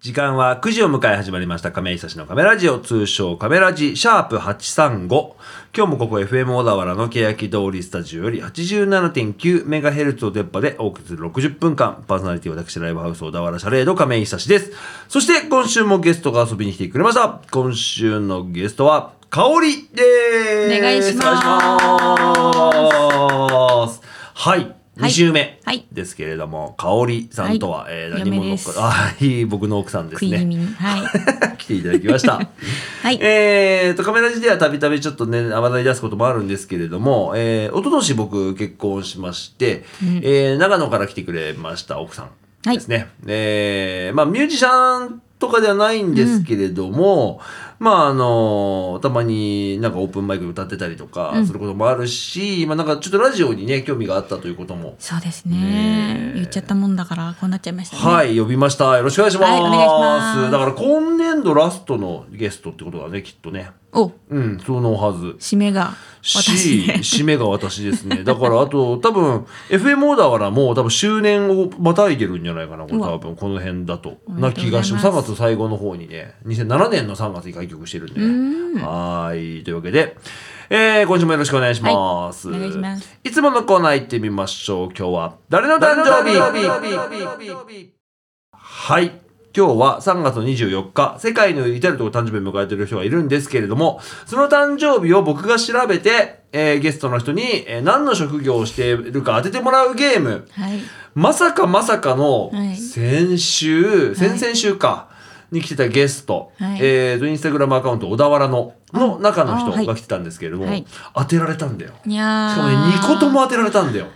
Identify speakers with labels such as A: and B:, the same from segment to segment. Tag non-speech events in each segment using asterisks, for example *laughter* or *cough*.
A: 時間は9時を迎え始まりました亀井久志のカメラジオ通称カメラジシャープ835今日もここ FM 小田原の欅通りスタジオより 87.9MHz を出っ歯でお送りする60分間パーソナリティ私ライブハウス小田原シャレード亀井久志ですそして今週もゲストが遊びに来てくれました今週のゲストは香りです
B: お願いします
A: ますはい
B: はい
A: 2週目
B: はい
A: ですけれども、香織さんとは、
B: はい
A: えー何者
B: 嫁で
A: か
B: す
A: あーいい僕の奥さんです
B: 食い気味
A: ね。
B: に。はい。
A: *laughs* 来ていただきました。
B: *laughs* はい
A: えーと、カメラ時ではたびたびちょっとね、話題出すこともあるんですけれども、えー、おととし僕結婚しまして、えー長野から来てくれました奥さんですね。えーまあミュージシャンとかではないんですけれども、まああのたまになんかオープンマイクで歌ってたりとかすることもあるし、まあなんかちょっとラジオにね、興味があったということも
B: そうです
A: ね
B: ね
A: え。
B: 言っちゃったもんだから、こうなっちゃいましたね。
A: は。い、呼びました。よろしくお願いします。
B: はいお願いします
A: だから今年度ラストのゲストってことだね、きっとね。
B: お、
A: うん、そのはず。
B: 締めが
A: し、
B: 私ね。
A: 締めが私ですね。だ *laughs* から、あと、多分、FM オーダーからもう多分周年をまたいでるんじゃないかな、これ
B: うわ
A: 多分、この辺だと。
B: おめ
A: な
B: でとう
A: 気
B: ござい
A: が
B: ます
A: します。3月最後の方にね、2007年の3月に開局してるんでね。はーい、というわけで、えー、今週もよろしくお願いします。
B: はいお願いします
A: いつものコーナー行ってみましょう。今日は、誰の誕生日はい。今日は3月24日、世界の至るところ誕生日を迎えている人がいるんですけれども、その誕生日を僕が調べて、えーゲストの人に、えー何の職業をしているか当ててもらうゲーム。
B: はい。
A: まさかまさかの
B: はい
A: 先週、先々週か、に来てたゲスト、
B: はい
A: えーと、インスタグラムアカウント小田原の、の中の人
B: あはい
A: が来てたんですけれども、
B: はい
A: 当てられたんだよ。
B: いやー。
A: しかもね、2個とも当てられたんだよ。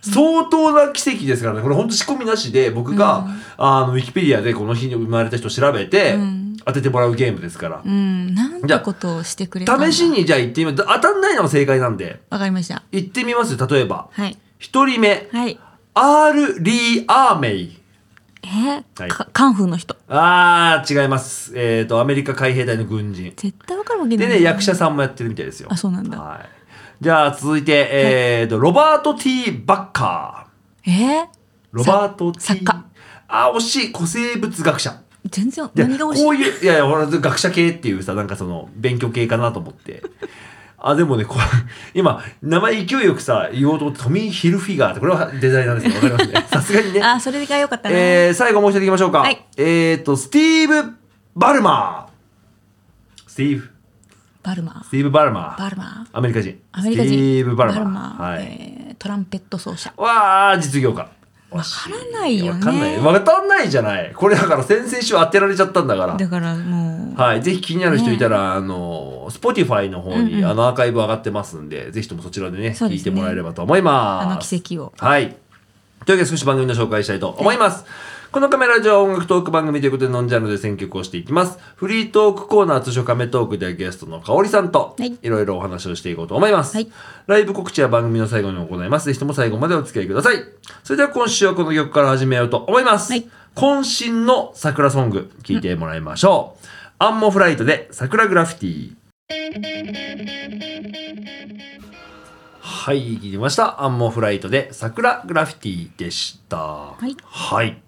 A: 相当な奇跡ですからね、これ本当仕込みなしで、僕が、あの、ウィキペディアでこの日に生まれた人調べて、
B: うん
A: 当ててもらうゲームですから
B: う。ん、なんてことをしてくれたんだ
A: 試し。にじゃあ行ってみます。当たんないのが正解なんで、
B: わかりました。
A: 行ってみますよ例えば。
B: はい。
A: 一人目、
B: はい。
A: アール・リー・アーメイ。
B: え
A: はい
B: ー、かカンフーの人。
A: あー、違います。えっ、と、アメリカ海兵隊の軍人。
B: 絶対わかるわけな
A: で
B: い。
A: ね、役者さんもやってるみたいですよ。
B: あそうなんだ
A: はい。じゃあ、続いて、えっ、と、ロバート・ T ・バッカー。
B: えー
A: ロバート T
B: さ作家。
A: あ、惜しい。古生物学者。
B: 全然、
A: いや
B: 何が欲しい
A: こういう、いやいや、俺学者系っていうさ、なんかその、勉強系かなと思って。あ、でもね、これ、今、名前勢いよくさ、言おうと思って、トミー・ヒルフィガーって、これはデザイナーですね。わかります
B: *laughs*
A: ね。さすがにね。
B: あ、それが良かったね。
A: えー、最後もう一人いきましょうか。
B: はい
A: えっ、ー、と、スティーブ・バルマー。スティーブ、
B: バルマ
A: スティーブ・バルマー。
B: バルマ
A: アメリカ人。
B: アメリカ人。
A: スティーブ・バルマー。はい。
B: えートランペット奏者。
A: わあ実業家わ
B: からないよね
A: わかんないわかんないじゃないこれだから先々週当てられちゃったんだから
B: だからもう。
A: はい、ぜひ気になる人いたら、あの Spotify の方に、
B: うんうん
A: あのアーカイブ上がってますんでぜひともそちらでね
B: そう
A: 聞
B: で
A: い
B: す
A: て
B: ね
A: もらえればと思いま
B: あ
A: す
B: の奇跡を。
A: はい。というわけで少し番組の紹介したいと思います。このカメラ上は音楽トーク番組ということでノンジャンルで選曲をしていきます。フリートークコーナー通称カメトークではゲストの香織さんと
B: はい
A: いろいろお話をしていこうと思います。
B: はい
A: ライブ告知は番組の最後に行います。ぜひとも最後までお付き合いください。それでは今週はこの曲から始めようと思います。
B: はい
A: 渾身の桜ソング聴いてもらいましょう。アンモフライトで桜グラフィティ。はい、聞いてました。アンモフライトで桜グラフィティでした。はいはい。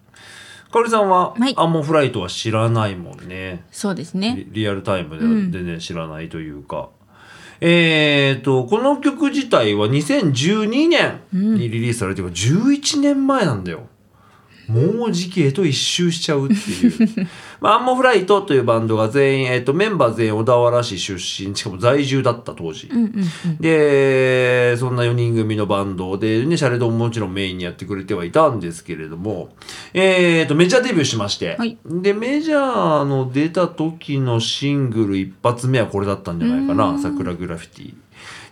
A: かおりさんは、
B: はい
A: アンモフライトは知らないもんね。
B: そうです
A: リ
B: ね。
A: リアルタイムでは
B: うん
A: 全然知らないというか。えーと、この曲自体は2012年にリリースされてるから、11年前なんだよ。もう時期へと一周しちゃうって
B: *laughs*
A: いう。まあ、アンモフライトというバンドが全員、えー、とメンバー全員小田原市出身、しかも在住だった当時。
B: うんうんうん。
A: でそんな4人組のバンドで、ね、シャレドンももちろんメインにやってくれてはいたんですけれども、えー、とメジャーデビューしまして、
B: はい
A: でメジャーの出た時のシングル一発目はこれだったんじゃないか
B: う
A: な「
B: ん
A: 桜グラフィティ」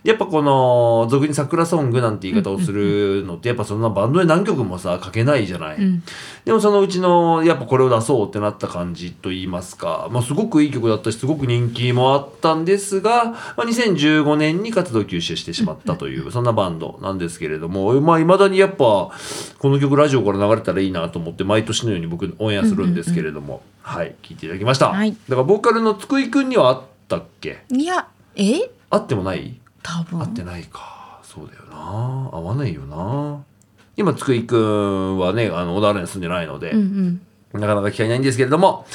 A: やっぱこの俗に「桜ソング」なんて言い方をするのってやっぱそんなバンドで何曲もさ書けないじゃない、
B: うん。
A: でもそのうちのやっぱこれを出そうってなった感じと言いますか、まあ、すごくいい曲だったしすごく人気もあったんですが、まあ、2015年に活動休止してしまったというそんなバンドなんですけれどもいまあ、未だにやっぱこの曲ラジオから流れたらいいなと思って毎年のように僕オンエアするんですけれども、はい聴いていただきました、
B: はい
A: だからボーカルの津久井くんにはあったっけ
B: いや、え
A: あってもない
B: 多分。
A: 合ってないかそうだよな合わないよな今津久井くんはねあの小田原に住んでないので、
B: うんうん。
A: なかなか機会ないんですけれども。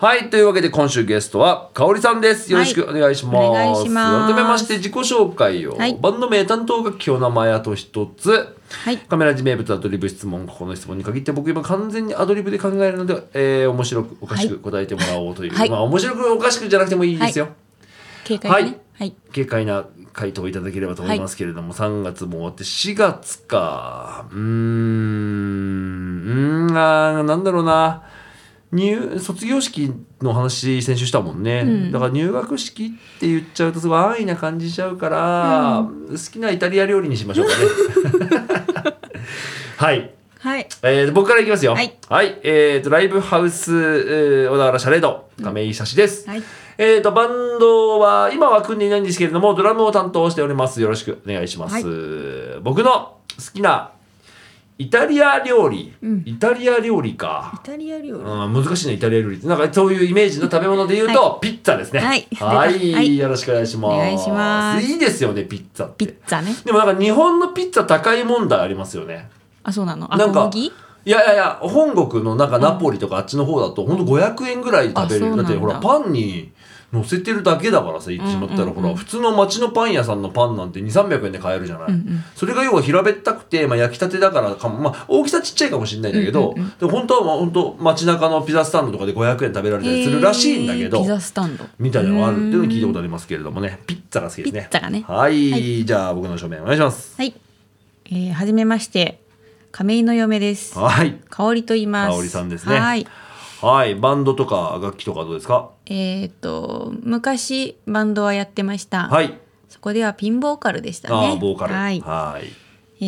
A: はい。というわけで、今週ゲストは、かおりさんです。よろしくお願いします。
C: はいお願いします
A: 改めまして、自己紹介を、
C: はい
A: バンド名、担当楽器お名前、あと一つ。
C: はい
A: カメラ地名物アドリブ質問、ここの質問に限って、僕今完全にアドリブで考えるので、えー、面白くおかしく答えてもらおうという。
C: はい
A: まあ、面白くおかしくじゃなくてもいいですよ。
C: 警戒ね。はい。
A: 軽快な回答をいただければと思いますけれども、3月も終わって4月かうーんうーんあーなんだろうな入卒業式の話先週したもんね、
C: うん
A: だから入学式って言っちゃうとすごい安易な感じしちゃうから、好きなイタリア料理にしましょうかね
C: *laughs*
A: はい
C: はい。
A: えー、僕からいきますよ。
C: はい。
A: えーと、ライブハウス、えー小田原シャレード、亀井久志です。
C: はい
A: えーと、バンドは、今は組んでいないんですけれども、ドラムを担当しております。よろしくお願いします。僕の好きな、イタリア料理。
C: うん
A: イタリア料理
C: イ
A: か。
C: タリア料理。
A: うん、難しいね、イタリア料理って。なんか、そういうイメージの食べ物で言うと、ピッツァですね。
C: はい
A: はい。
C: はい
A: よろしくお願いします。
C: お願いします
A: いいですよね、ピッツァっ
C: ピ
A: て
C: ッ。ツァね。
A: でもなんか、日本のピッツァ高い問題ありますよね。
C: あ、そうなの。あ、
A: なんか
C: 小麦
A: いやいやいや本国のなんかナポリとかあっちの方だとほんと500円ぐらいで食べれ
C: あそ
A: る
C: う
A: だ
C: なん
A: っ
C: だ
A: てほらパンに乗せてるだけだからさ言ってしまった
C: うん
A: ら
C: うんう
A: ほ
C: ん
A: ら普通の町のパン屋さんのパンなんて2300円で買えるじゃない、
C: うんうん
A: それが要は平べったくて、まあ、焼きたてだからかも、まあ、大きさちっちゃいかもしれないんだけど、
C: うんうんうん
A: でも本当はまあ本当街中のピザスタンドとかで500円食べられたりするらしいんだけ
C: へ
A: ど
C: ーピザスタンド。
A: みたいなのがあるっていうのを聞いたこと
C: あ
A: ありますけれどもねピッツァが好きですね
C: ピッツァがね
A: はい、
C: は
A: じゃあ僕の正面お願いします
C: はい。えー、はじめまして。亀井の嫁です。
A: はい
C: 香織と言います。
A: 香織さんですね
C: はい。
A: はいバンドとか楽器とかどうですか
C: えっ、と昔バンドはやってました。
A: はい
C: そこではピンボーカルでしたね。
A: ああボーカル
C: はい。
A: はい
C: え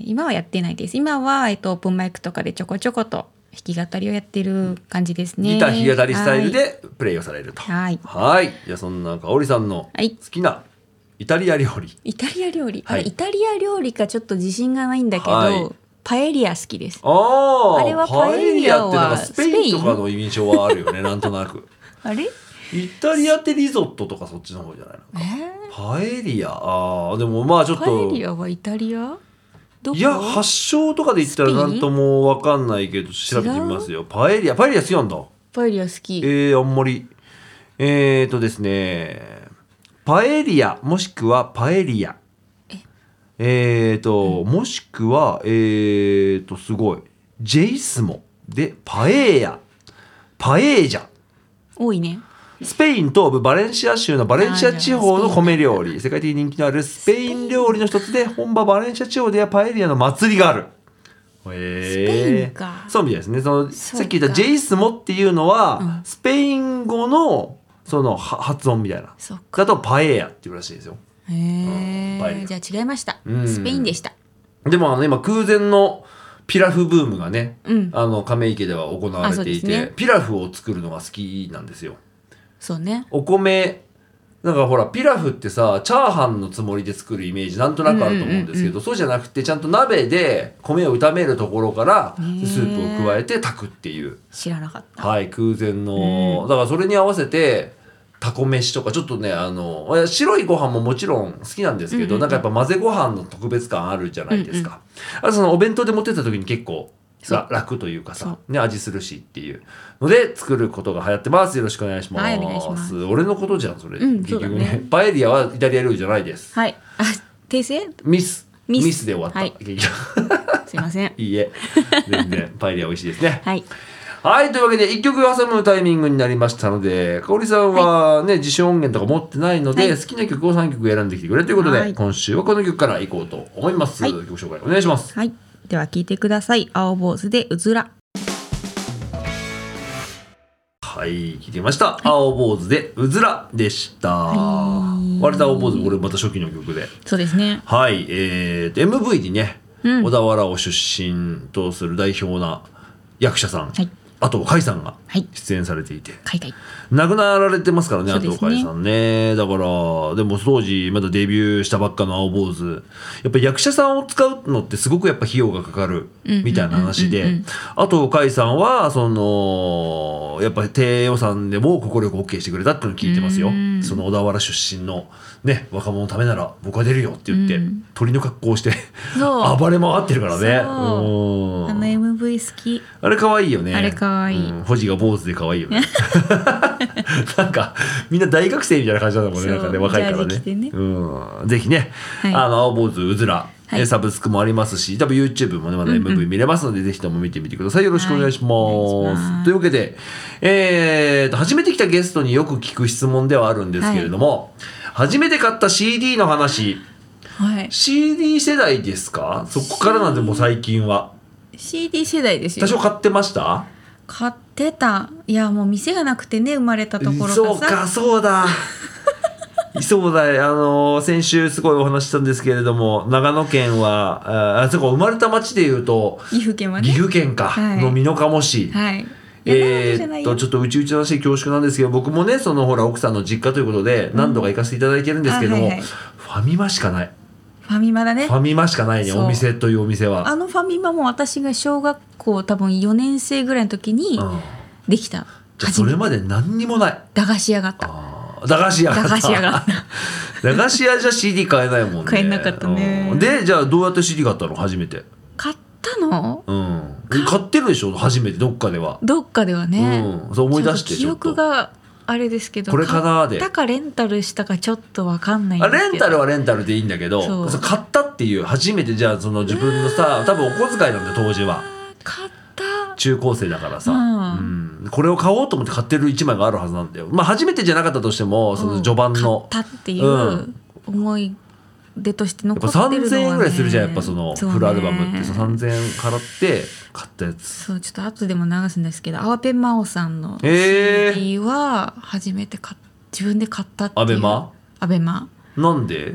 C: ー今はやってないです。今はえっ、とオープンマイクとかでちょこちょこと弾き語りをやってる感じですね。
A: ギター弾き語りスタイル
C: はい。
A: でプレイをされると
C: はい
A: はいじゃあそんな香織さんの
C: はい
A: 好きなイタリア料理
C: イタリア料理、
A: はい
C: あれイタリア料理かちょっと自信がないんだけど、
A: はい
C: パエリア好きです。
A: あ
C: あれ
A: あ
C: は
A: パエリアってなんかスペ
C: パエリアは
A: インとかの印象はあるよ
C: *laughs*
A: ねなんとなく
C: あれ？
A: イタリアってリゾットとかそっちの方じゃないの
C: えー
A: パエリアああでもまあちょっ
C: パエ
A: と
C: リアはイタリア？どこ？
A: いや発祥とかで言ったら
C: スペイ
A: な
C: ン
A: んともわかんないけど調べてみますよパエリアパエリア好きなんだ
C: パエリア好き。
A: えー、あんまり。えーとですね、パエリア、もしくはパエリア。えーと、もしくは、えーと、すごい。ジェイスモで、パエーヤ、パエージャ。
C: 多いね。
A: スペイン東部バレンシア州のバレンシア地方の米料理世界的に人気のあるスペイン料理の一つで本場バレンシア地方ではパエリアの祭りがある
C: ペイ
A: へ
C: ンか
A: そうみたいですねその
C: そうか
A: さっき言ったジェイスモっていうのは、
C: うん
A: スペイン語のそのは発音みたいな
C: そっか。
A: だとパエアっていうらしいですよ
C: へ
A: パエリ
C: え。
A: ア
C: じゃあ違いました
A: う。ん
C: スペインでした。
A: でもあの今空前のピラフブームがね、
C: うん
A: あの亀池では行わ
C: あ
A: れ
C: そう
A: て
C: で
A: い
C: す
A: て、
C: ね
A: ピラフを作るのが好きなんですよ
C: そうね。
A: お米なんかほらピラフってさチャーハンのつもりで作るイメージなんとなくあると思うんですけど、
C: うんうんうん
A: そうじゃなくてちゃんと鍋で米を炒めるところからス
C: ー
A: ープを加えて炊くっていう、
C: 知らなかった。
A: はい空前の、
C: う
A: だからそれに合わせてタコ飯とかちょっとねあのえ白いご飯ももちろん好きなんですけど、
C: うんうんうん
A: なんかやっぱ混ぜご飯の特別感あるじゃないですか、あとそのお弁当で持ってった時に結構
C: そう
A: さ楽というかさ
C: そ、
A: ね、味するしっていうので作ることが流行ってますよろしくお願いします,、
C: はいお願いします
A: 俺のことじゃんそれ、
C: うん
A: 結局
C: そう
A: ね
C: だね
A: パエリアはイタリア料理じゃないです
C: はい。あ、訂正？
A: ミスミ
C: ミ
A: ス
C: ス
A: で終わった、
C: はい
A: 結局
C: すいません。
A: いいえ全然パエリア美味しいですね
C: はい。
A: はい、というわけで、一曲挟むタイミングになりましたので、かおりさんはね、自主音源とか持ってないので、
C: はい
A: 好きな曲を3曲選んできてくれということで、
C: はい
A: 今週はこの曲からいこうと思います。
C: はい
A: 曲紹介お願いします。
C: はい。では聞いてください。青坊主でうずら。
A: はい、聞いてみました。青坊主で、うずらでした。
C: はい
A: 割と青坊主、これまた初期の曲で。
C: そうですね。
A: はい、えーと、MV にね、
C: うん
A: 小田原を出身とする代表な役者さん、
C: はい
A: あと、甲斐さんが
C: はい
A: 出演されていて、
C: 海外。
A: 亡くなられてますからね、
C: そ
A: 安
C: うです
A: 藤
C: ね
A: 海さんね。だから、でも当時、まだデビューしたばっかの青坊主。やっぱり役者さんを使うのってすごくやっぱ費用がかかる、みたいな話
C: うんうんうん
A: で。あと、海さんは、その、やっぱり低予算でも快く OK してくれたっていうのを聞いてますよ
C: うん。
A: その小田原出身の、ね、若者のためなら僕は出るよって言って
C: うん、
A: 鳥の格好をして、
C: そ
A: *laughs*
C: う
A: 暴れ回ってるからね。
C: そ
A: う
C: う
A: ん
C: あの MV 好き。
A: あれ可愛いよね。
C: あれ可
B: 可愛い
A: うん、保持が坊主で可愛いよ
B: *laughs*
A: ねなんかみんな大学生みたいな感じなんだもんね
B: そう
A: な
B: ん
A: かね若いから
B: ジャージ着て
A: ね
B: ね
A: うん、ぜひね、
B: はい
A: あの青坊主うずら、
B: はい
A: えサブスクもありますし多分 YouTube もねまだ MV 見れますので、ぜひとも見てみてくださいよろしくお願いし
B: は
A: ます,、
B: いお願いします
A: というわけで、えーと初めて来たゲストによく聞く質問ではあるんですけれども、初めて買った CD の話
C: はい
A: CD 世代ですかそこからなんでもう最近は
C: CD 世代です
A: 多
C: よ
A: 少買ってました
C: 買ってたいやもう店がなくてね生まれたところがさ
A: そうかそう
C: *laughs*
A: だそうだあの先週すごいお話ししたんですけれども長野県はああそうか生まれた町でいうと
C: 岐阜県はね
A: 岐阜県か、
C: はい
A: の美濃加茂市、
C: はい
A: え
C: いや長野じゃな
A: ーっ
C: い
A: と
C: よ
A: ちょっとうちうちの話で恐縮なんですけど僕もねそのほら奥さんの実家ということで何度か行かせていただいてるんですけども、
C: あはいはい
A: ファミマしかない
C: ファミマだね
A: ファミマしかないね
C: そう
A: お店というお店は
C: あのファミマも私が小学校多分4年生ぐらいの時に
A: うん
C: できた
A: じゃあそれ
C: 初めて
A: まで何にもない
C: 駄菓子屋が
A: *laughs*
C: あった
A: あー駄菓子屋があった
C: 駄菓子屋があっ
A: *laughs* 駄菓子屋じゃ CD 買えないもんね
C: 買えなかったね
A: うんでじゃあどうやって CD 買ったの初めて
C: 買ったの
A: うん買ってるでしょ初めてどっかでは、
C: どっかではね、
A: うんそう思い出して
C: ちょっと記憶があれですけど
A: これかなで
C: 買ったかレンタルしたかちょっとわかんないん
A: あ
C: ですけど
A: レンタルはレンタルでいいんだけど
C: そう
A: そう買ったっていう初めてじゃあその自分のさ多分お小遣いなんだよ当時は
C: 買った
A: 中高生だからさ、
C: う
A: うんこれを買おうと思って買ってる1枚があるはずなんだよまあ初めてじゃなかったとしてもその序盤の、
C: 買ったってい
A: うん
C: う思い出として
A: や
C: 残
A: っ
C: って
A: ぱ
C: るのは、ね、
A: 3000円ぐらいするじゃんやっぱその
C: そうね
A: フルアルバムってその3000円払って買ったやつ
C: そうちょっと後でも流すんですけどアワペンマオさんの
A: えー
C: CD は初めて買っ自分で買ったっていう
A: アベマ
C: アベマ
A: なんで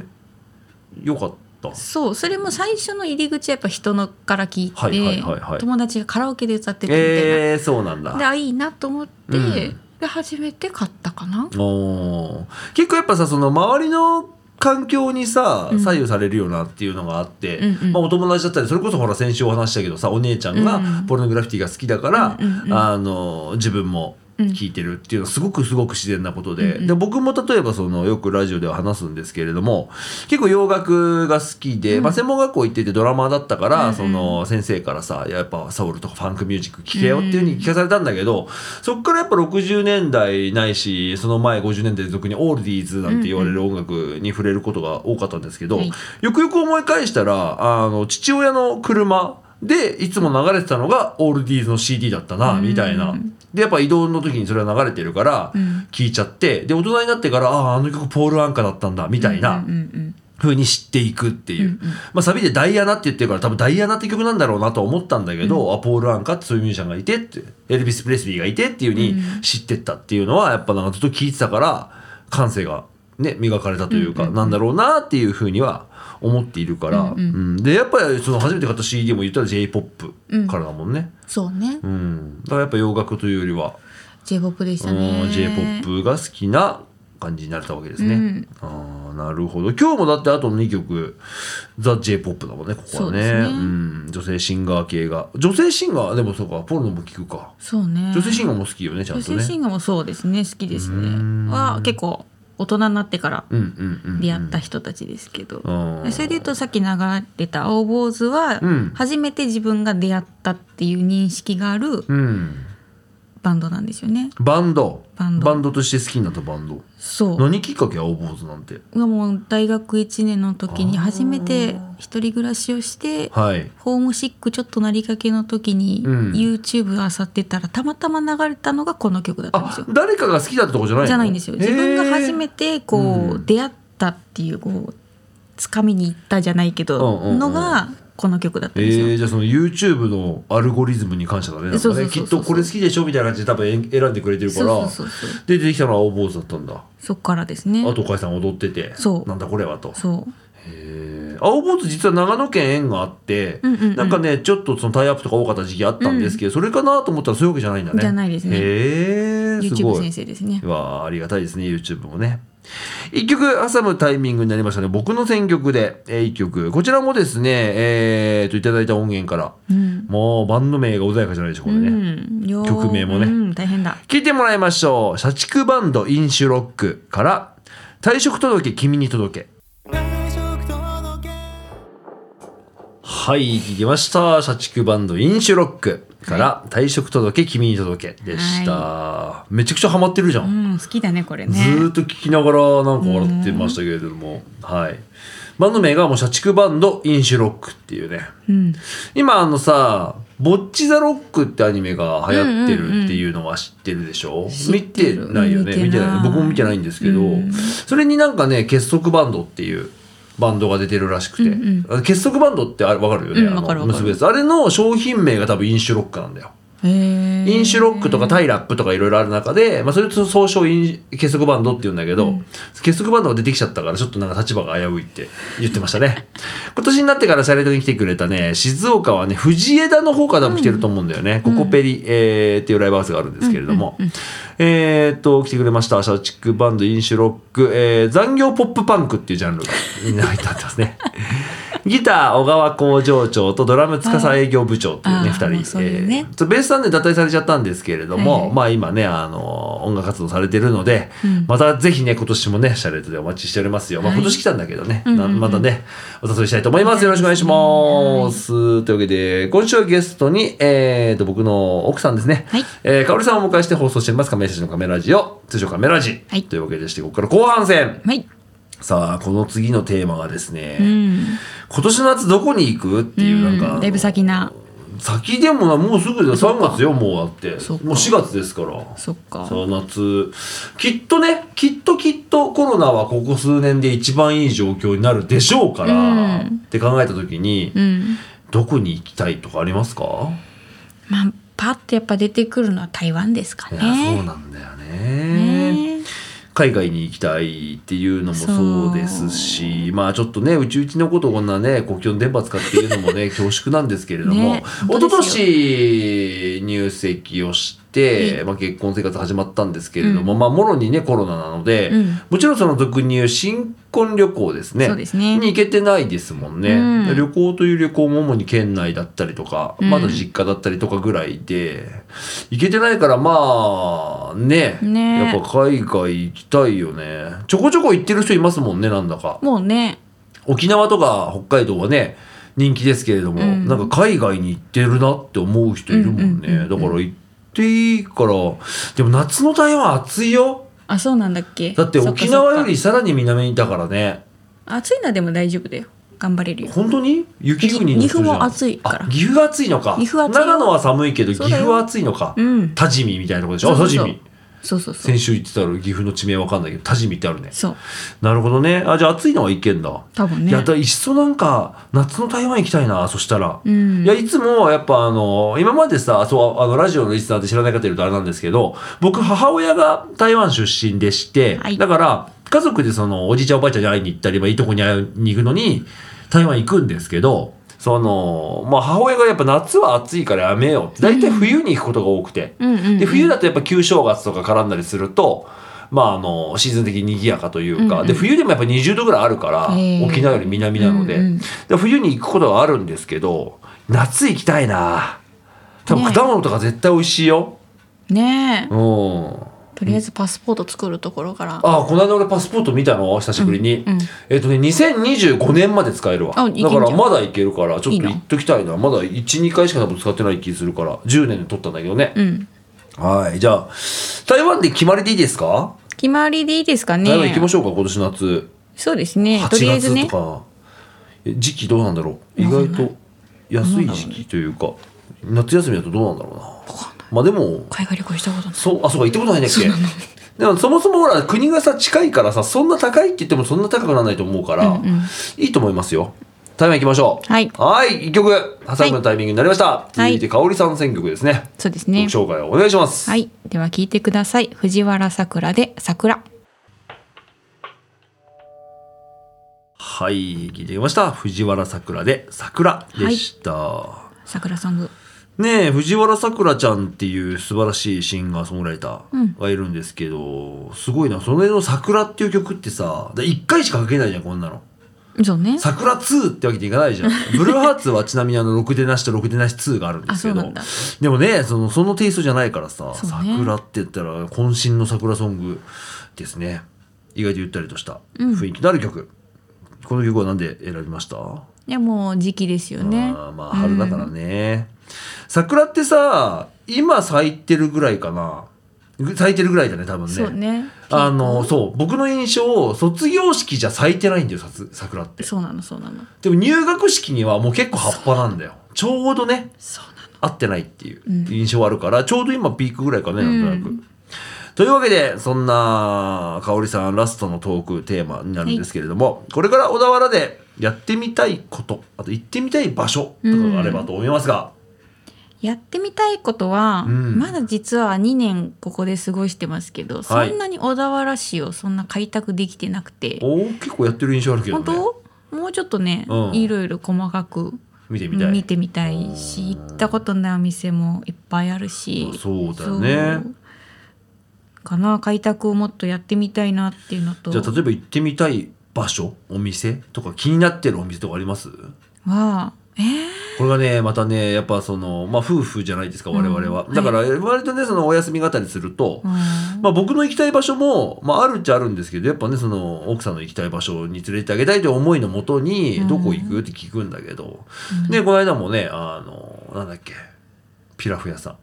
A: よかった
C: そうそれも最初の入り口はやっぱ人のから聞いて、
A: はいはいはいはい
C: 友達がカラオケで歌っててみたいな、
A: えー、そうなん
C: で
A: だ
C: あいいなと思って、
A: うん
C: で初めて買ったかな
A: おー結構やっぱさその周りの環境にさ
C: うん
A: 左右されるよなっていうのがあって、
C: うんうん
A: まあ、お友達だったりそれこそほら先週お話ししたけどさお姉ちゃんが
C: うん
A: ポルノグラフィティが好きだから、
C: うんうんうん
A: あの自分も聞いてるっていうのはすごくすごく自然なことで,、
C: うんうん
A: で僕も例えばそのよくラジオでは話すんですけれども結構洋楽が好きで、まあ、専門学校行っててドラマーだったから、
C: うんうん
A: その先生からさやっぱソウルとかファンクミュージック聞けよっていうふうに聞かされたんだけど、そっからやっぱ60年代ないしその前50年代俗にオールディーズなんて言われる音楽に触れることが多かったんですけど、
C: はい
A: よくよく思い返したらあの父親の車でいつも流れてたのがオールディーズの CD だったなみたいな。でやっぱ移動の時にそれは流れてるから
C: うん
A: 聞いちゃって、で大人になってからあああの曲ポール・アンカだったんだみたいな。
C: うんうん
A: 風に知っていくっていう、
C: うんうん
A: まあ、サビで「ダイアナ」って言ってるから多分「ダイアナ」って曲なんだろうなと思ったんだけど、アポール・アンカってそういうミュージシャンがいてってエルビス・プレスリーがいてっていう風
C: う
A: に知ってったっていうのはやっぱなんかずっと聞いてたから感性が、ね、磨かれたというか、なんだろうなっていう風には思っているから、
C: うんうん
A: うんでやっぱりその初めて買った CD も言ったら j p o p からだもんね、
C: そうね
A: うんだからやっぱ洋楽というよりは、
C: j p o p でした
A: う
C: ね
A: ん j p o p が好きな感じになれたわけですね、
C: うん
A: ああなるほど今日もだってあとの2曲ザ・ j p o p だもんねここはね
C: そうですね
A: ん、女性シンガー系が女性シンガーでもそうかポルノも聞くか
C: そうね
A: 女性シンガーも好きよねちゃん
C: 女
A: と
C: 性
A: ね
C: シンガーもそうですね好きです
A: うーん
C: ねは結構大人になってから
A: うんうんうんうん
C: 出会った人たちですけど、
A: うん
C: それで言うとさっき流れた青坊主は
A: うん
C: 初めて自分が出会ったっていう認識がある
A: うん
C: バンドなんですよね。
A: バンド
C: バンド
A: として好きになったバンド
C: そう
A: 何きっかけ青坊主なんて
C: もう大学1年の時に初めて一人暮らしをして
A: はい
C: ホームシックちょっとなりかけの時に
A: うん
C: YouTube あさってたらたまたま流れたのがこの曲だったんです
A: あ
C: よ。
A: 誰かが好きだったとこじゃないの
C: じゃないんですよ。自分が初め
A: へ
C: てこ
A: う
C: うん出会ったっていうこう掴みに行ったじゃないけ
A: う
C: ど
A: んうんうん
C: のがこの曲だった
A: え
C: んですよ。
A: ー、じゃあその YouTube のアルゴリズムに感謝だねなん
C: そ
A: か
C: うそう
A: ね
C: そう
A: き
C: そう
A: っとこれ好きでしょみたいな感じで多分選んでくれてるから
C: そうそうそうそう
A: で出てきたのは青坊主だったんだ
C: そっからですね
A: あとお母さん踊ってて
C: そう
A: なんだこれはと
C: そう
A: へー青坊主実は長野県縁があって、
C: うんうんうん
A: なんかねちょっとそのタイアップとか多かった時期あったんですけど、それかなと思ったらそういうわけじゃないんだね
C: じゃないですね
A: へえす
C: YouTube
A: ごい
C: 先生ですね
A: *laughs* わあありがたいですね YouTube もね一曲挟むタイミングになりましたね僕の選曲で、えー、一曲こちらもですねえー、といただいた音源から
C: うん、
A: もうバンド名が穏やかじゃないでしょこれね、
C: うんよー
A: 曲名もね
C: うん、大変だ
A: 聞いてもらいましょう社畜バンド飲酒ロックから退職届君に届け
D: 退職届
A: はい、聞きました。社畜バンドインシュロックから、退職届、君に届けでした。めちゃくちゃハマってるじゃん。
B: うん、好きだね、これね。
A: ずーっと聞きながらなんか笑ってましたけれども、はい。バンド名がもう社畜バンドインシュロックっていうね。
B: うん。
A: 今あのさ「ボッチ・ザ・ロック」ってアニメが流行ってるっていうのは知ってるでしょ、見てないよね見て
C: 見てない
A: ない僕も見てないんですけど、それになんかね結束バンドっていうバンドが出てるらしくて、
B: うん
A: あの結束バンドってあれ分かるよね、
C: うん
A: あの
C: わかるわかる
A: 結ぶやつあれの商品名が多分インシュロックなんだよ
C: へー
A: インシュロックとかタイラップとかいろいろある中で、まあ、それと総称イン結束バンドって言うんだけど、結束バンドが出てきちゃったからちょっとなんか立場が危ういって言ってましたね *laughs* 今年になってからシャレトに来てくれたね静岡はね藤枝の方からも来てると思うんだよね、ココペリ、えーっていうライブハウスがあるんですけれども、えーっと来てくれました社畜バンドインシュロック、えー残業ポップパンクっていうジャンルが入ってあってますね *laughs* ギター小川工場長とドラム司営業部長っていうね
C: あー
A: 2人
C: あーそういうね
A: えーそうベースさんね脱退されちゃったんですけれども、
C: はいはい
A: まあ今ねあの音楽活動されてるので、またぜひね今年もねシャレットでお待ちしておりますよ、まあ、
C: はい
A: 今年来たんだけどね、なまたねお誘いしたいと思いますよろしくお願いします、というわけで今週はゲストに、えー、と僕の奥さんですね、
B: はい
A: えー、かおりさんをお迎えして放送しております亀井先生のカメラジオ通常カメラジ、
B: はい
A: というわけでしてここから後半戦
B: はい。
A: さあこの次のテーマがですね、
B: うん。
A: 今年の夏どこに行くっていうなんか、
B: うんだいぶ先な。
A: 先でもなもうすぐで3月よもうだって
C: そっか
A: もう4月ですから
C: そっか
A: さあ夏きっとねきっときっとコロナはここ数年で一番いい状況になるでしょうから、
B: うん
A: って考えた時に、
C: うん
A: どこに行きたいとかありますか、
B: まあ、パッとやっぱ出てくるのは台湾ですかね。
A: いやそうなんだよね
B: ね
A: 海外に行きたいっていうのもそうですしまあちょっとねうちうちのことをこんなね国境の電波使って言うのも
C: *laughs*
A: ね恐縮なんですけれども、
C: ね
A: 一
C: 本
A: 昨
C: 当です
A: 年入籍をして、まあ、結婚生活始まったんですけれども、まあもろにねコロナなので、
C: うん
A: もちろんその俗に言う新婚旅行ですね
C: そうですね
A: に行けてないですもんね、
C: うん
A: 旅行という旅行も主に県内だったりとか、
C: うん
A: まだ実家だったりとかぐらいで行けてないからまあね
C: ね
A: やっぱ海外行きたいよねちょこちょこ行ってる人いますもんねなんだか
C: もうね
A: 沖縄とか北海道はね人気ですけれども、
C: うん
A: なんか海外に行ってるなって思う人いるもんね、
C: うんうんうんうん
A: だから行っていいからでも夏の台湾暑いよ
C: あそうなんだっけ
A: だって
C: そか
A: 沖縄より
C: そっ
A: さらに南にいたからね
C: か暑いのはでも大丈夫だよ頑張れるよ
A: 本当に雪国の
C: 岐
A: 人じゃん
C: 阜も暑いから
A: あ岐阜が暑いのか
C: 岐阜は暑いよ
A: 長野は寒いけど岐
C: そうだよ
A: 阜は暑いのか
C: うん
A: 多治見みたいなとこでしょあ
C: そう
A: 多
C: そ
A: 治
C: うそう
A: 見
C: そうそうそう
A: 先週言ってたら岐阜の地名わかんないけど多治見ってあるね
C: そう
A: なるほどねあじゃあ暑いのはいけんだ
C: 多分
A: い
C: ね
A: やだいっそなんか夏の台湾行きたいなそしたら、
C: うん
A: いやいつもやっぱあの今までさそうあのラジオのリスナーって知らない方いるとあれなんですけど僕母親が台湾出身でして、
C: はい
A: だから家族でそのおじいちゃんおばあちゃんに会いに行ったり、まあ、いいとこに会いに行くのに台湾行くんですけどその、まあ、母親がやっぱ夏は暑いからやめようって大体冬に行くことが多くて。
C: うんうんうん
A: で冬だとやっぱ旧正月とか絡んだりすると、まあ、あのシーズン的に賑やかというか、
C: うんうん
A: で冬でもやっぱ20度ぐらいあるから、
C: へー
A: 沖縄より南なので,、
C: うんうん
A: で冬に行くことがあるんですけど夏行きたいな多分
C: ね
A: 果物とか絶対美味しいよ、
C: ねえ
A: うん
C: とりあえずパスポート作るところから
A: ああこの間俺パスポート見たの久しぶりに、
C: うんうん
A: えっ、とね2025年まで使えるわだか
C: あいけんじゃん
A: らまだいけるからちょっ
C: いい
A: と
C: な
A: 行っときたいなまだ12回しか多分使ってない気するから10年で取ったんだけどね、
C: うん
A: はいじゃあ台湾で決まりでいいですか
B: 決まりでいいですかね。
A: 台湾行きましょうか今年夏、
B: そうですね。とりあえ
A: 8
B: ず
A: 月
B: ね
A: と。か、え時期どうなんだろう意外と安い時期というか夏休みだとどうなんだろうなまあでも
C: 海外旅行したことない
A: そうあそうか行ったことないんだっけでもそもそもほら国がさ近いからさそんな高いって言ってもそんな高くならないと思うから、
C: うんうん
A: いいと思いますよ台湾行きましょう
C: はい
A: い一曲挟むタイミングになりました、続いて香織さんの選曲ですね
B: そうですね。
A: 曲紹介をお願いします、
B: はい。では聞いてください。藤原さくらで桜。
A: はい、聞いてみました。藤原さくらで桜でした。
B: 桜ソング。
A: ねえ、藤原さくらちゃんっていう素晴らしいシンガーソングライターがいるんですけど、すごいな。そのの桜っていう曲ってさ、だ1回しか書けないじゃん、こんなの。
C: そうね
A: 桜2ってわけにいか
C: *laughs*
A: ないじゃん。ブルーハーツはちなみにあの、6でなしと6でなし2があるんですけ
C: あそうな
A: ど
C: んだ、
A: でもね、その、そのテイストじゃないからさ、
C: そうね
A: 桜って言ったら渾身の桜ソングですね。意外とゆったりとした雰囲気のある曲。この曲はなんで選びました
C: でも時期ですよね
A: あーまあ春だからね、桜ってさ今咲いてるぐらいかなぐ咲いてるぐらいだね多分ね
C: そうね
A: あのそう僕の印象卒業式じゃ咲いてないんだよさつ桜って
C: そうなのそうなの
A: でも入学式にはもう結構葉っぱなんだよちょうどね
C: そうなの
A: 合ってないっていう
C: うん
A: 印象あるから、ちょうど今ピークぐらいかねなんとなく。
C: うん
A: というわけでそんな香織さんラストのトークテーマになるんですけれども、これから小田原でやってみたいことあと行ってみたい場所とかがあればと思いますが、
C: やってみたいことは、
A: うん
C: まだ実は2年ここで過ごしてますけど、
A: はい
C: そんなに小田原市をそんな開拓できてなくて
A: おー結構やってる印象あるけど
C: 本
A: ね
C: 当もうちょっとね、
A: うん
C: いろいろ細かく
A: 見てみたい
C: 見てみたいし行ったことないお店もいっぱいあるし
A: そうだね
C: そうかな開拓をもっとやってみたいなっていうのと
A: じゃあ例えば行ってみたい場所お店とか気になってるお店とかあります
C: はえー
A: これがねまたねやっぱそのまあ夫婦じゃないですか我々は、
C: うん
A: だから割とねそのお休み語りすると、
C: うん
A: まあ、僕の行きたい場所も、まあ、あるっちゃあるんですけどやっぱねその奥さんの行きたい場所に連れてってあげたいという思いのもとに、
C: うん
A: どこ行くって聞くんだけど、でこの間もねあのなんだっけピラフ屋さん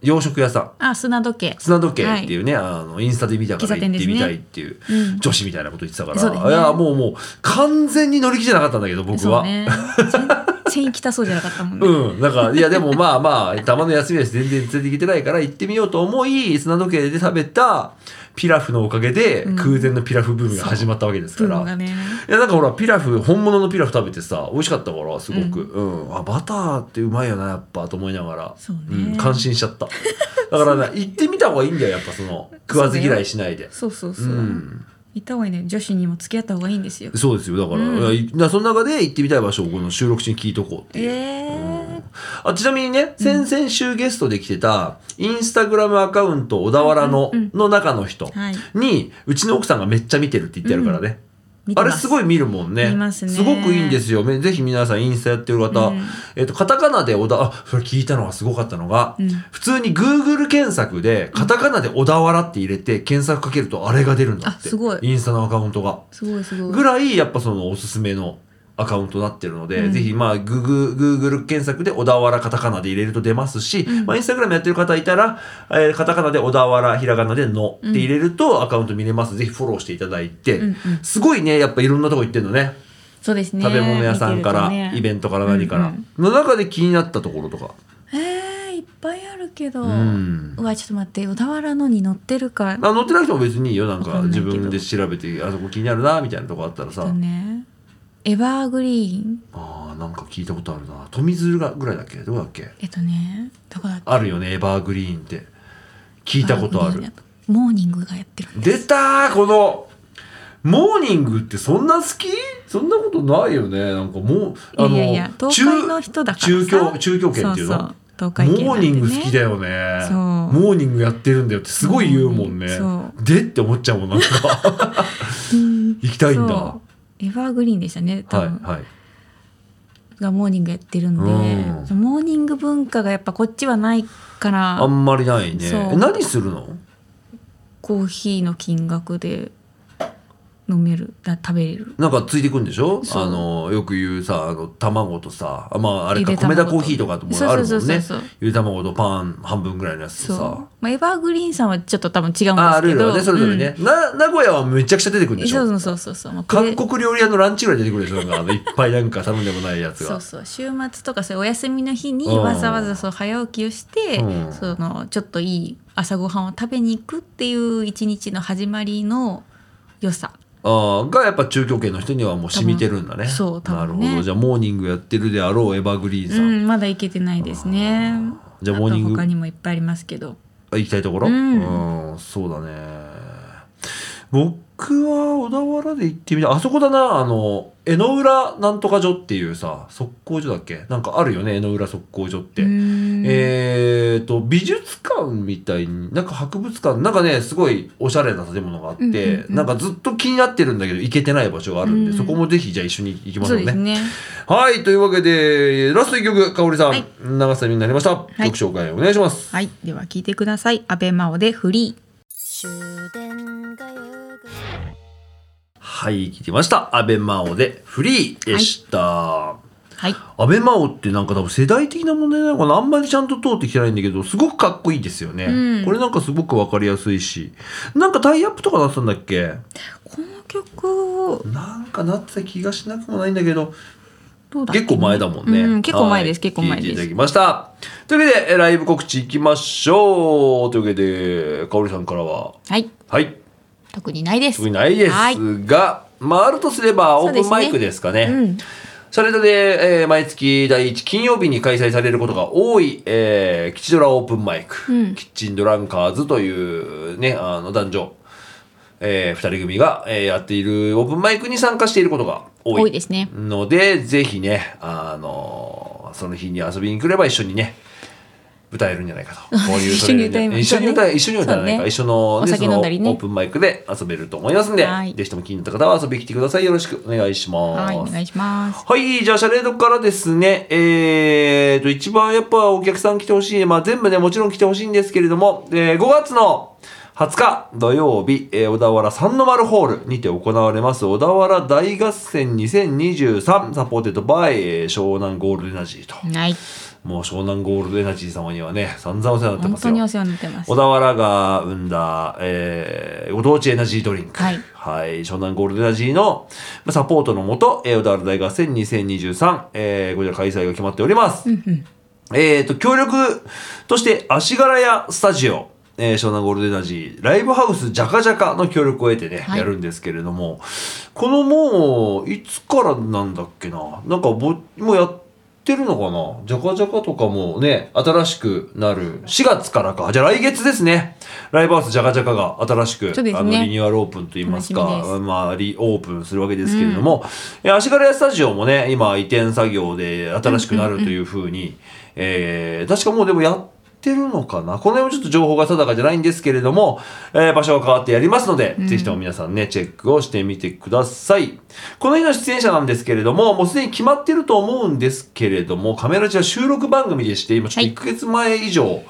A: 洋食屋さん
C: あ砂時計、
A: 砂時計っていうね、あのインスタで見たから行
C: 喫茶店
A: っ
C: で
A: て
C: すね
A: みたいっていう、
C: うん
A: 女子みたいなこと言ってたから、
C: そうです
A: い
C: ね
A: やもうもう完全に乗り気じゃなかったんだけど僕
C: そう
A: は。
C: ね全員来たそうじゃなかったもんね、
A: うん。だから、いや、でもまあまあ、たまの休みです。全然連れてきてないから行ってみようと思い、砂時計で食べたピラフのおかげで、
C: ん
A: 空前のピラフブームが始まったわけです
C: ブ
A: か
C: ー
A: ら。
C: ムがね
A: いや、なんかほら、ピラフ、本物のピラフ食べてさ、美味しかったから、すごく。うん。あ、バターってうまいよな、やっぱ、と思いながら。
C: そうね
A: ん。感心しちゃった。だからね、行ってみた方がいいんだよ、やっぱその、食わず嫌いしないで。
C: そうそうそう、
A: うん。
C: 行った方がいいね女子にも付き合った方がいいんですよ
A: そうですよ。だから、
C: うん
A: いやいだからその中で行ってみたい場所をこの収録中に聞いとこうっていう。
C: えー、
A: あちなみにね、先々週ゲストで来てた、インスタグラムアカウント小田原の、
C: うんうん
A: の中の人
C: はい
A: に、うちの奥さんがめっちゃ見てるって言ってやるからね。
C: 見て
A: あ
C: ま
A: れすごい見るもんね。
C: 見ますね
A: ごくいいんですよ。めぜひ皆さんインスタやってる方、
C: うん
A: えっと、カタカナで小田、あ、それ聞いたのがすごかったのが、
C: うん
A: 普通に Google 検索で、カタカナで小田原って入れて検索かけるとあれが出るんだって。
C: あすごい
A: インスタのアカウントが。
C: すごいすご
A: ぐ
C: い
A: らいやっぱそのおすすめのアカウントになってるので、
C: うん
A: ぜひまあググ Google 検索で小田原カタカナで入れると出ますし、
C: ん
A: まあ、インスタグラムやってる方いたら、えーカタカナで小田原ひらがなでのって入れるとアカウント見れますぜひフォローしていただいて、
C: うんうん
A: すごいねやっぱいろんなとこ行ってるのね
C: そうですね
A: 食べ物屋さんから、イベ
C: ン
A: ントから何から、
C: うん
A: の中で気になったところとか、
C: トえー、いっぱいあるけど、
A: う
C: うんわちょっと待って小田原のに乗ってるか
A: あ載ってなくても別にいいよなん
C: わか
A: か
C: んない
A: 自
C: けど
A: 分で調べてあそこ気になるなみたいなとこあったらさ、
C: だねエバーグリーン
A: あーなんか聞いたことあるな富津がぐらいだっけどこだっけ
C: えっとねどこだっけ
A: あるよねエバーグリーンって聞いたことあ
C: エバーグリーンだ
A: る
C: とモーニングがやってるんで
A: 出
C: す
A: たーこのモーニングってそんな好きそんなことないよねなんかもうあ
C: いやいや東海の人だからさ
A: 中中京中京圏っていうの
C: そうそう東海圏
A: モ
C: なん
A: ー
C: で
A: ニ
C: ね
A: ング好きだよね
C: そう
A: モーニングやってるんだよってすごい言うもんね
C: そ
A: でって思っちゃうもんなんか
C: うん
A: 行きたいんだ
C: そ
A: は
C: うエバーグリーンでしたね
A: い
C: *laughs* 多分、
A: はい
C: がモーニングやってるんで、
A: うん
C: そのモーニング文化がやっぱこっちはないから
A: あんまりないね
C: そう
A: え何するの
C: コーヒーの金額で飲めるだ食べれる
A: なんかついてくんでしょ
C: そう
A: あのよく言うさあの卵とさあまああれか
C: ゆで
A: 米
C: 卵と
A: 田コーヒーとかとも
C: そう
A: あ
C: そ
A: る
C: うそ
A: も
C: うんそう
A: ねゆで卵とパン半分ぐらいのやつ
C: そ
A: と
C: う、
A: さ
C: まあ、エバーグリーンさんはちょっと多分違うんですけど
A: ああるよねそれぞれね、な名古屋はめちゃくちゃ出てくるん
C: う
A: で
C: ん
A: しょ
C: そうそうそうそうもうプレ
A: 各国料理屋のランチぐらい出てくるでしょなんかあのいっぱいなんか頼んでもないやつ
C: そ
A: が
C: うそう週末とかそういうお休みの日に
A: うん
C: わざわざそう早起きをして、
A: うん
C: そのちょっといい朝ごはんを食べに行くっていう一日の始まりの良さ
A: あーがやっぱ中京圏の人にはもう染みてるんだね
C: 多分そう多
A: なる
C: 分
A: ほ
C: ね
A: どじゃあモーニングやってるであろうエバーグリーン
C: う
A: さん、
C: んまだ行けてないですね
A: じゃあ
C: あ
A: モー
C: と
A: ニング
C: 他にもいっぱいありますけど
A: あ行きたいところ、う、
C: うんん
A: そうだね僕は小田原で行ってみたいあそこだなあの江ノ浦なんとか所っていうさ測候所だっけなんかあるよね江ノ浦測候所って、
C: うん
A: えー、と美術館みたいになんか博物館なんかねすごいおしゃれな建物があって、
C: うんうんうん
A: なんかずっと気になってるんだけど行けてない場所があるんで、
C: うん
A: そこもぜひじゃあ一緒に行きまし
C: そ
A: ょう
C: う
A: ね
C: ですね
A: はいというわけでラスト1曲かおりさん、
C: はい
A: 長瀬になりました、
B: い
A: 曲紹介お願いします
B: はいでは聞いてください安倍真央でフリー
D: 終電がよく
A: はい、聞きました。アベマオでフリーでした。
C: はい。
A: アベマオってなんか多分世代的な問題なのかなあんまりちゃんと通ってきてないんだけど、すごくかっこいいですよね。
C: うん
A: これなんかすごくわかりやすいし。なんかタイアップとかなってたんだっけ
C: この曲を
A: なんかなってた気がしなくもないんだけど、
C: どうだっけ
A: 結構前だもんね。
C: うん結構前です
A: はい
C: 結構前です
A: 聞いていただきました。というわけで、えライブ告知いきましょう。というわけで、かおりさんからは、
C: はい。
A: はい、
C: 特にないです。
A: 特にないです
C: はい
A: が、まあ、あるとすればオ
C: そう
A: ー
C: で
A: プン
C: すね
A: マイクですかね。
C: うん。
A: それぞれ、えー毎月第1金曜日に開催されることが多い、えー、キチドラオープンマイク、
C: うん
A: キッチンドランカーズというね、あの男女、えー、二人組が、えーやっているオープンマイクに参加していることが多い
C: 多いですね。
A: ので、ぜひね、あのーその日に遊びに来れば一緒にね、歌えるんじゃないかと。こういう
C: *laughs* 一緒に歌いまし
A: 一
C: ょ
A: 緒
C: う
A: に
C: ね
A: 歌え、一緒に歌わない
C: そう
A: か、
C: ね
A: 一緒の、
C: お酒
A: その
C: 飲んだりね
A: オープンマイクで遊べると思いますんで、
C: はい
A: ぜひとも気になった方は遊びに来てください。よろしくお願いします。
C: はい、お願いします。
A: はい、じゃあ、シャレードからですね、えーと、一番やっぱお客さん来てほしい、まあ、全部ね、もちろん来てほしいんですけれども、えー5月の20日土曜日、えー小田原三の丸ホールにて行われます、小田原大合戦2023サポーテッドバイ、えー湘南ゴールドエナジーと。
C: はい。
A: もう湘南ゴールドエナジー様にはね、散々お世話になって
C: 本
A: ます
C: 当
A: よ。
C: にお世話になってます
A: 小。田原が生んだ、えーご当地エナジードリンク。
C: はい
A: はい湘南ゴールドエナジーのまあサポートのもと、えー小田原大合戦2023、えーこちら開催が決まっております。えっ、と、協力として、足柄屋スタジオ、えー湘南ゴールドエナジー、ライブハウスジャカジャカの協力を得てね、
C: はい
A: やるんですけれども、このもう、いつからなんだっけな、なんかぼ、もうやってるのかなジャカジャカとかもね、新しくなる。4月からか。じゃあ来月ですね。ライブハウスジャカジャカが新しく、
C: そうですね
A: あの、リニューアルオープンといいます
C: 楽しみで
A: か、
C: す
A: まあ、リオープンするわけですけれども、えー足柄屋スタジオもね、今移転作業で新しくなるというふうに、えー確かもうでもやってるのかなこの辺もちょっと情報が定かじゃないんですけれども、えー場所が変わってやりますので、ぜひとも皆さんね、チェックをしてみてください。この日の出演者なんですけれども、もうすでに決まってると思うんですけれども、カメラジは収録番組でして、今ちょっと1ヶ月前以上、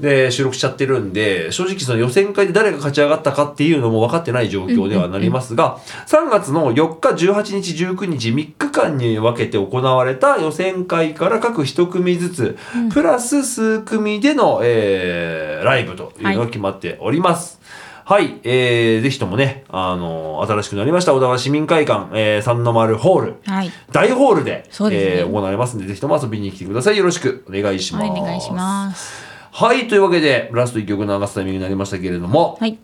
A: で収録しちゃってるんで正直その予選会で誰が勝ち上がったかっていうのも分かってない状況ではなりますが、3月の4日18日19日3日間に分けて行われた予選会から各1組ずつ、プラス数組での、えーライブというのが決まっております。はい、えー、ぜひともね、あの新しくなりました小田原市民会館、えー、三の丸ホール、
C: はい。
A: 大ホールで
C: そうですね
A: えー行われますので、ぜひとも遊びに来てください。よろしくお願いしま
C: は
A: す。
C: い、お願いします。
A: はい、というわけで、ラスト1曲流すタイミングになりましたけれども、
C: はい。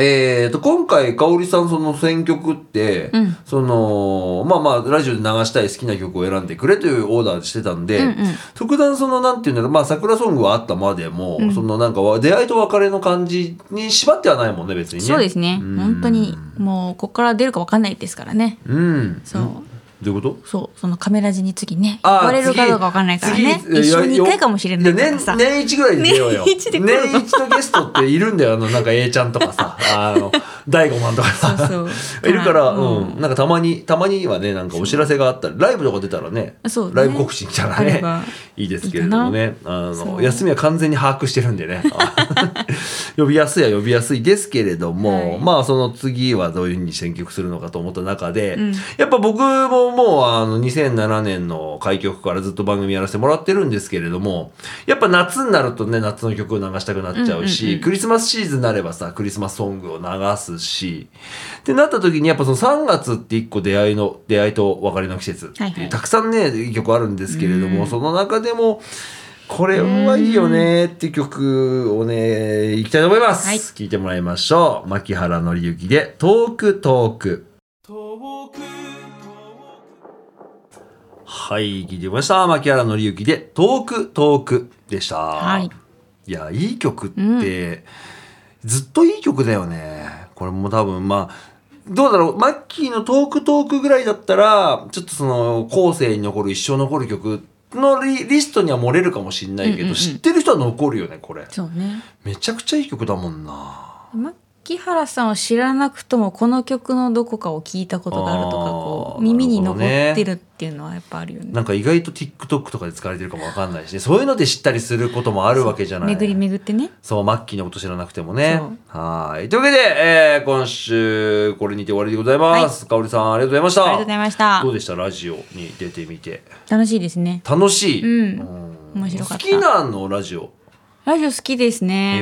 A: えーと、今回、かおりさん、その選曲って、
C: うん
A: その、まあまあ、ラジオで流したい好きな曲を選んでくれというオーダーしてたんで、
C: うんうん
A: 特段その、なんていうんだろう、まあ、桜ソングはあったまでも、そのなんかわ、出会いと別れの感じに縛ってはないもんね、別にね。
C: そうですね。
A: うん
C: 本当に、もう、ここから出るかわかんないですからね。
A: うん。
C: そう
A: どういうこと
C: そう、そのカメラ時に次ね、言
A: あー
C: われるかどうかわかんないからね。
A: 次
C: 一緒に一
A: よ
C: 回かもしれないからさ。
A: 年、年一ぐらいで出ようよ。
C: *laughs* 年一で来るの
A: 年一のゲストっているんだよ。あの、なんか A ちゃんとかさ、あ
C: *laughs*
A: の、大悟マンとかさ。
C: そうそ
A: *laughs*
C: う
A: いるから、
C: うん
A: うん。なんかたまに、たまにはね、なんかお知らせがあったら、ライブとか出たらね、
C: そうね
A: ライブ告知みたいな
C: あれば
A: ね、いいですけれどもね、あ
C: そ
A: の、
C: う
A: 休みは完全に把握してるんでね。 *laughs* 呼びやすいは呼びやすいですけれども、
C: はい
A: まあその次はどういうふうに選曲するのかと思った中で、
C: うん
A: やっぱ僕ももうあの2007年の開局からずっと番組やらせてもらってるんですけれども、やっぱ夏になるとね、夏の曲を流したくなっちゃうし、
C: うんうんうん
A: クリスマスシーズンになればさ、クリスマスソングを流すし、ってなった時にやっぱその3月って一個出会いの、出会いと別れの季節っていう、
C: はいはい
A: たくさんね、いい曲あるんですけれども、
C: うん
A: その中でも、これはいいよねって曲をね、いきたいと思います。
C: はい
A: 聞いてもらいましょう。牧原紀之で、トークトーク。はい、聞いてみました。牧原紀之で、トークトークでした。
C: はい。
A: いや、いい曲って、ずっといい曲だよね。これも多分、まあ、どうだろう、マッキーのトークトークぐらいだったら、ちょっとその、後世に残る、一生残る曲のリリストには漏れるかもしんないけど、
C: うんうんうん
A: 知ってる人は残るよね、これ。
C: そうね。
A: めちゃくちゃいい曲だもんな。
C: マッ木原さんを知らなくともこの曲のどこかを聞いたことがあるとか
A: あー
C: こう耳に
A: なる
C: 残
A: ほどね
C: ってるっていうのはやっぱあるよね
A: なんか意外と TikTok とかで使われてるかもわかんないし、ね、そういうので知ったりすることもあるわけじゃない。
C: 巡り巡ってね
A: そう、末期のこと知らなくてもね
C: そう。
A: はい。というわけで、えー今週、これにて終わりでございます。かおりさん、ありがとうございました。
C: ありがとうございました
A: どうでしたラジオに出てみて。
C: 楽しいですね
A: 楽しい。
C: うん
A: うん
C: 面白かった
A: 好きなの、ラジオ。
C: ラジオ好きですね
A: へ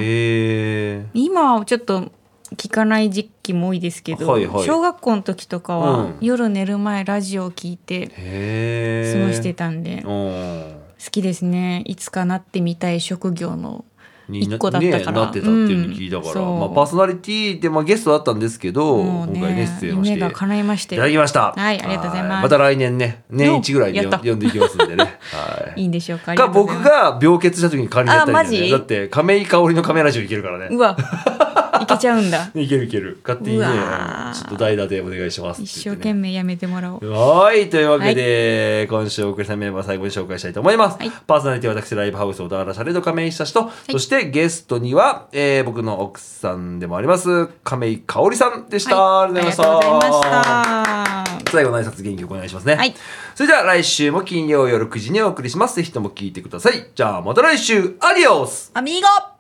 A: え。
C: 今はちょっと聞かない時期も多いですけど、
A: はいはい
C: 小学校の時とか
A: う
C: は
A: ん
C: 夜寝る前ラジオを聞いて
A: へ
C: 過
A: え。
C: ごしてたんで、好
A: うん。
C: きですねいつかなってみたい職業の
A: にな
C: 一個だったか
A: ね、
C: ら
A: なってたっていうのを聞いたから、
C: うん
A: まあ、
C: そう
A: パーソナリティで、まあ、ゲストだったんですけど、
C: もう
A: 今回ね出演をして
C: 夢が叶いまし
A: い
C: て
A: ただきました
C: はいありがとうございます
A: はまた来年ね年一ぐらいで
C: やった
A: 呼んでいきますんでね、はい
C: いんでしょうかあり
A: が
C: とうご
A: 僕
C: ざいます
A: が病欠した時に代わりにやったり
C: あマ
A: ね
C: ジ
A: だって亀井香織の亀ラジオいけるから
C: う
A: ね
C: わいけちゃうんだ *laughs*
A: いけるいける勝手にね
C: うわー
A: ちょっと代打でお願いしますって
C: 一
A: 言
C: 生
A: ってね
C: 懸命やめてもらおう
A: はい。というわけで、今週お送りしたメンバー最後に紹介したいと思います。
C: はい
A: パーソナリティは私、ライブハウス小田原シャレド亀井久志と、そしてゲストには、えー僕の奥さんでもあります、亀井香織さんでした。
C: はい
A: ありがとうございました。
C: ありがとうございました
A: 最後の挨拶元気よくお願いしますね。
C: はい
A: それでは来週も金曜夜9時にお送りします。ぜひとも聞いてください。じゃあまた来週、アディオス
C: アミーゴ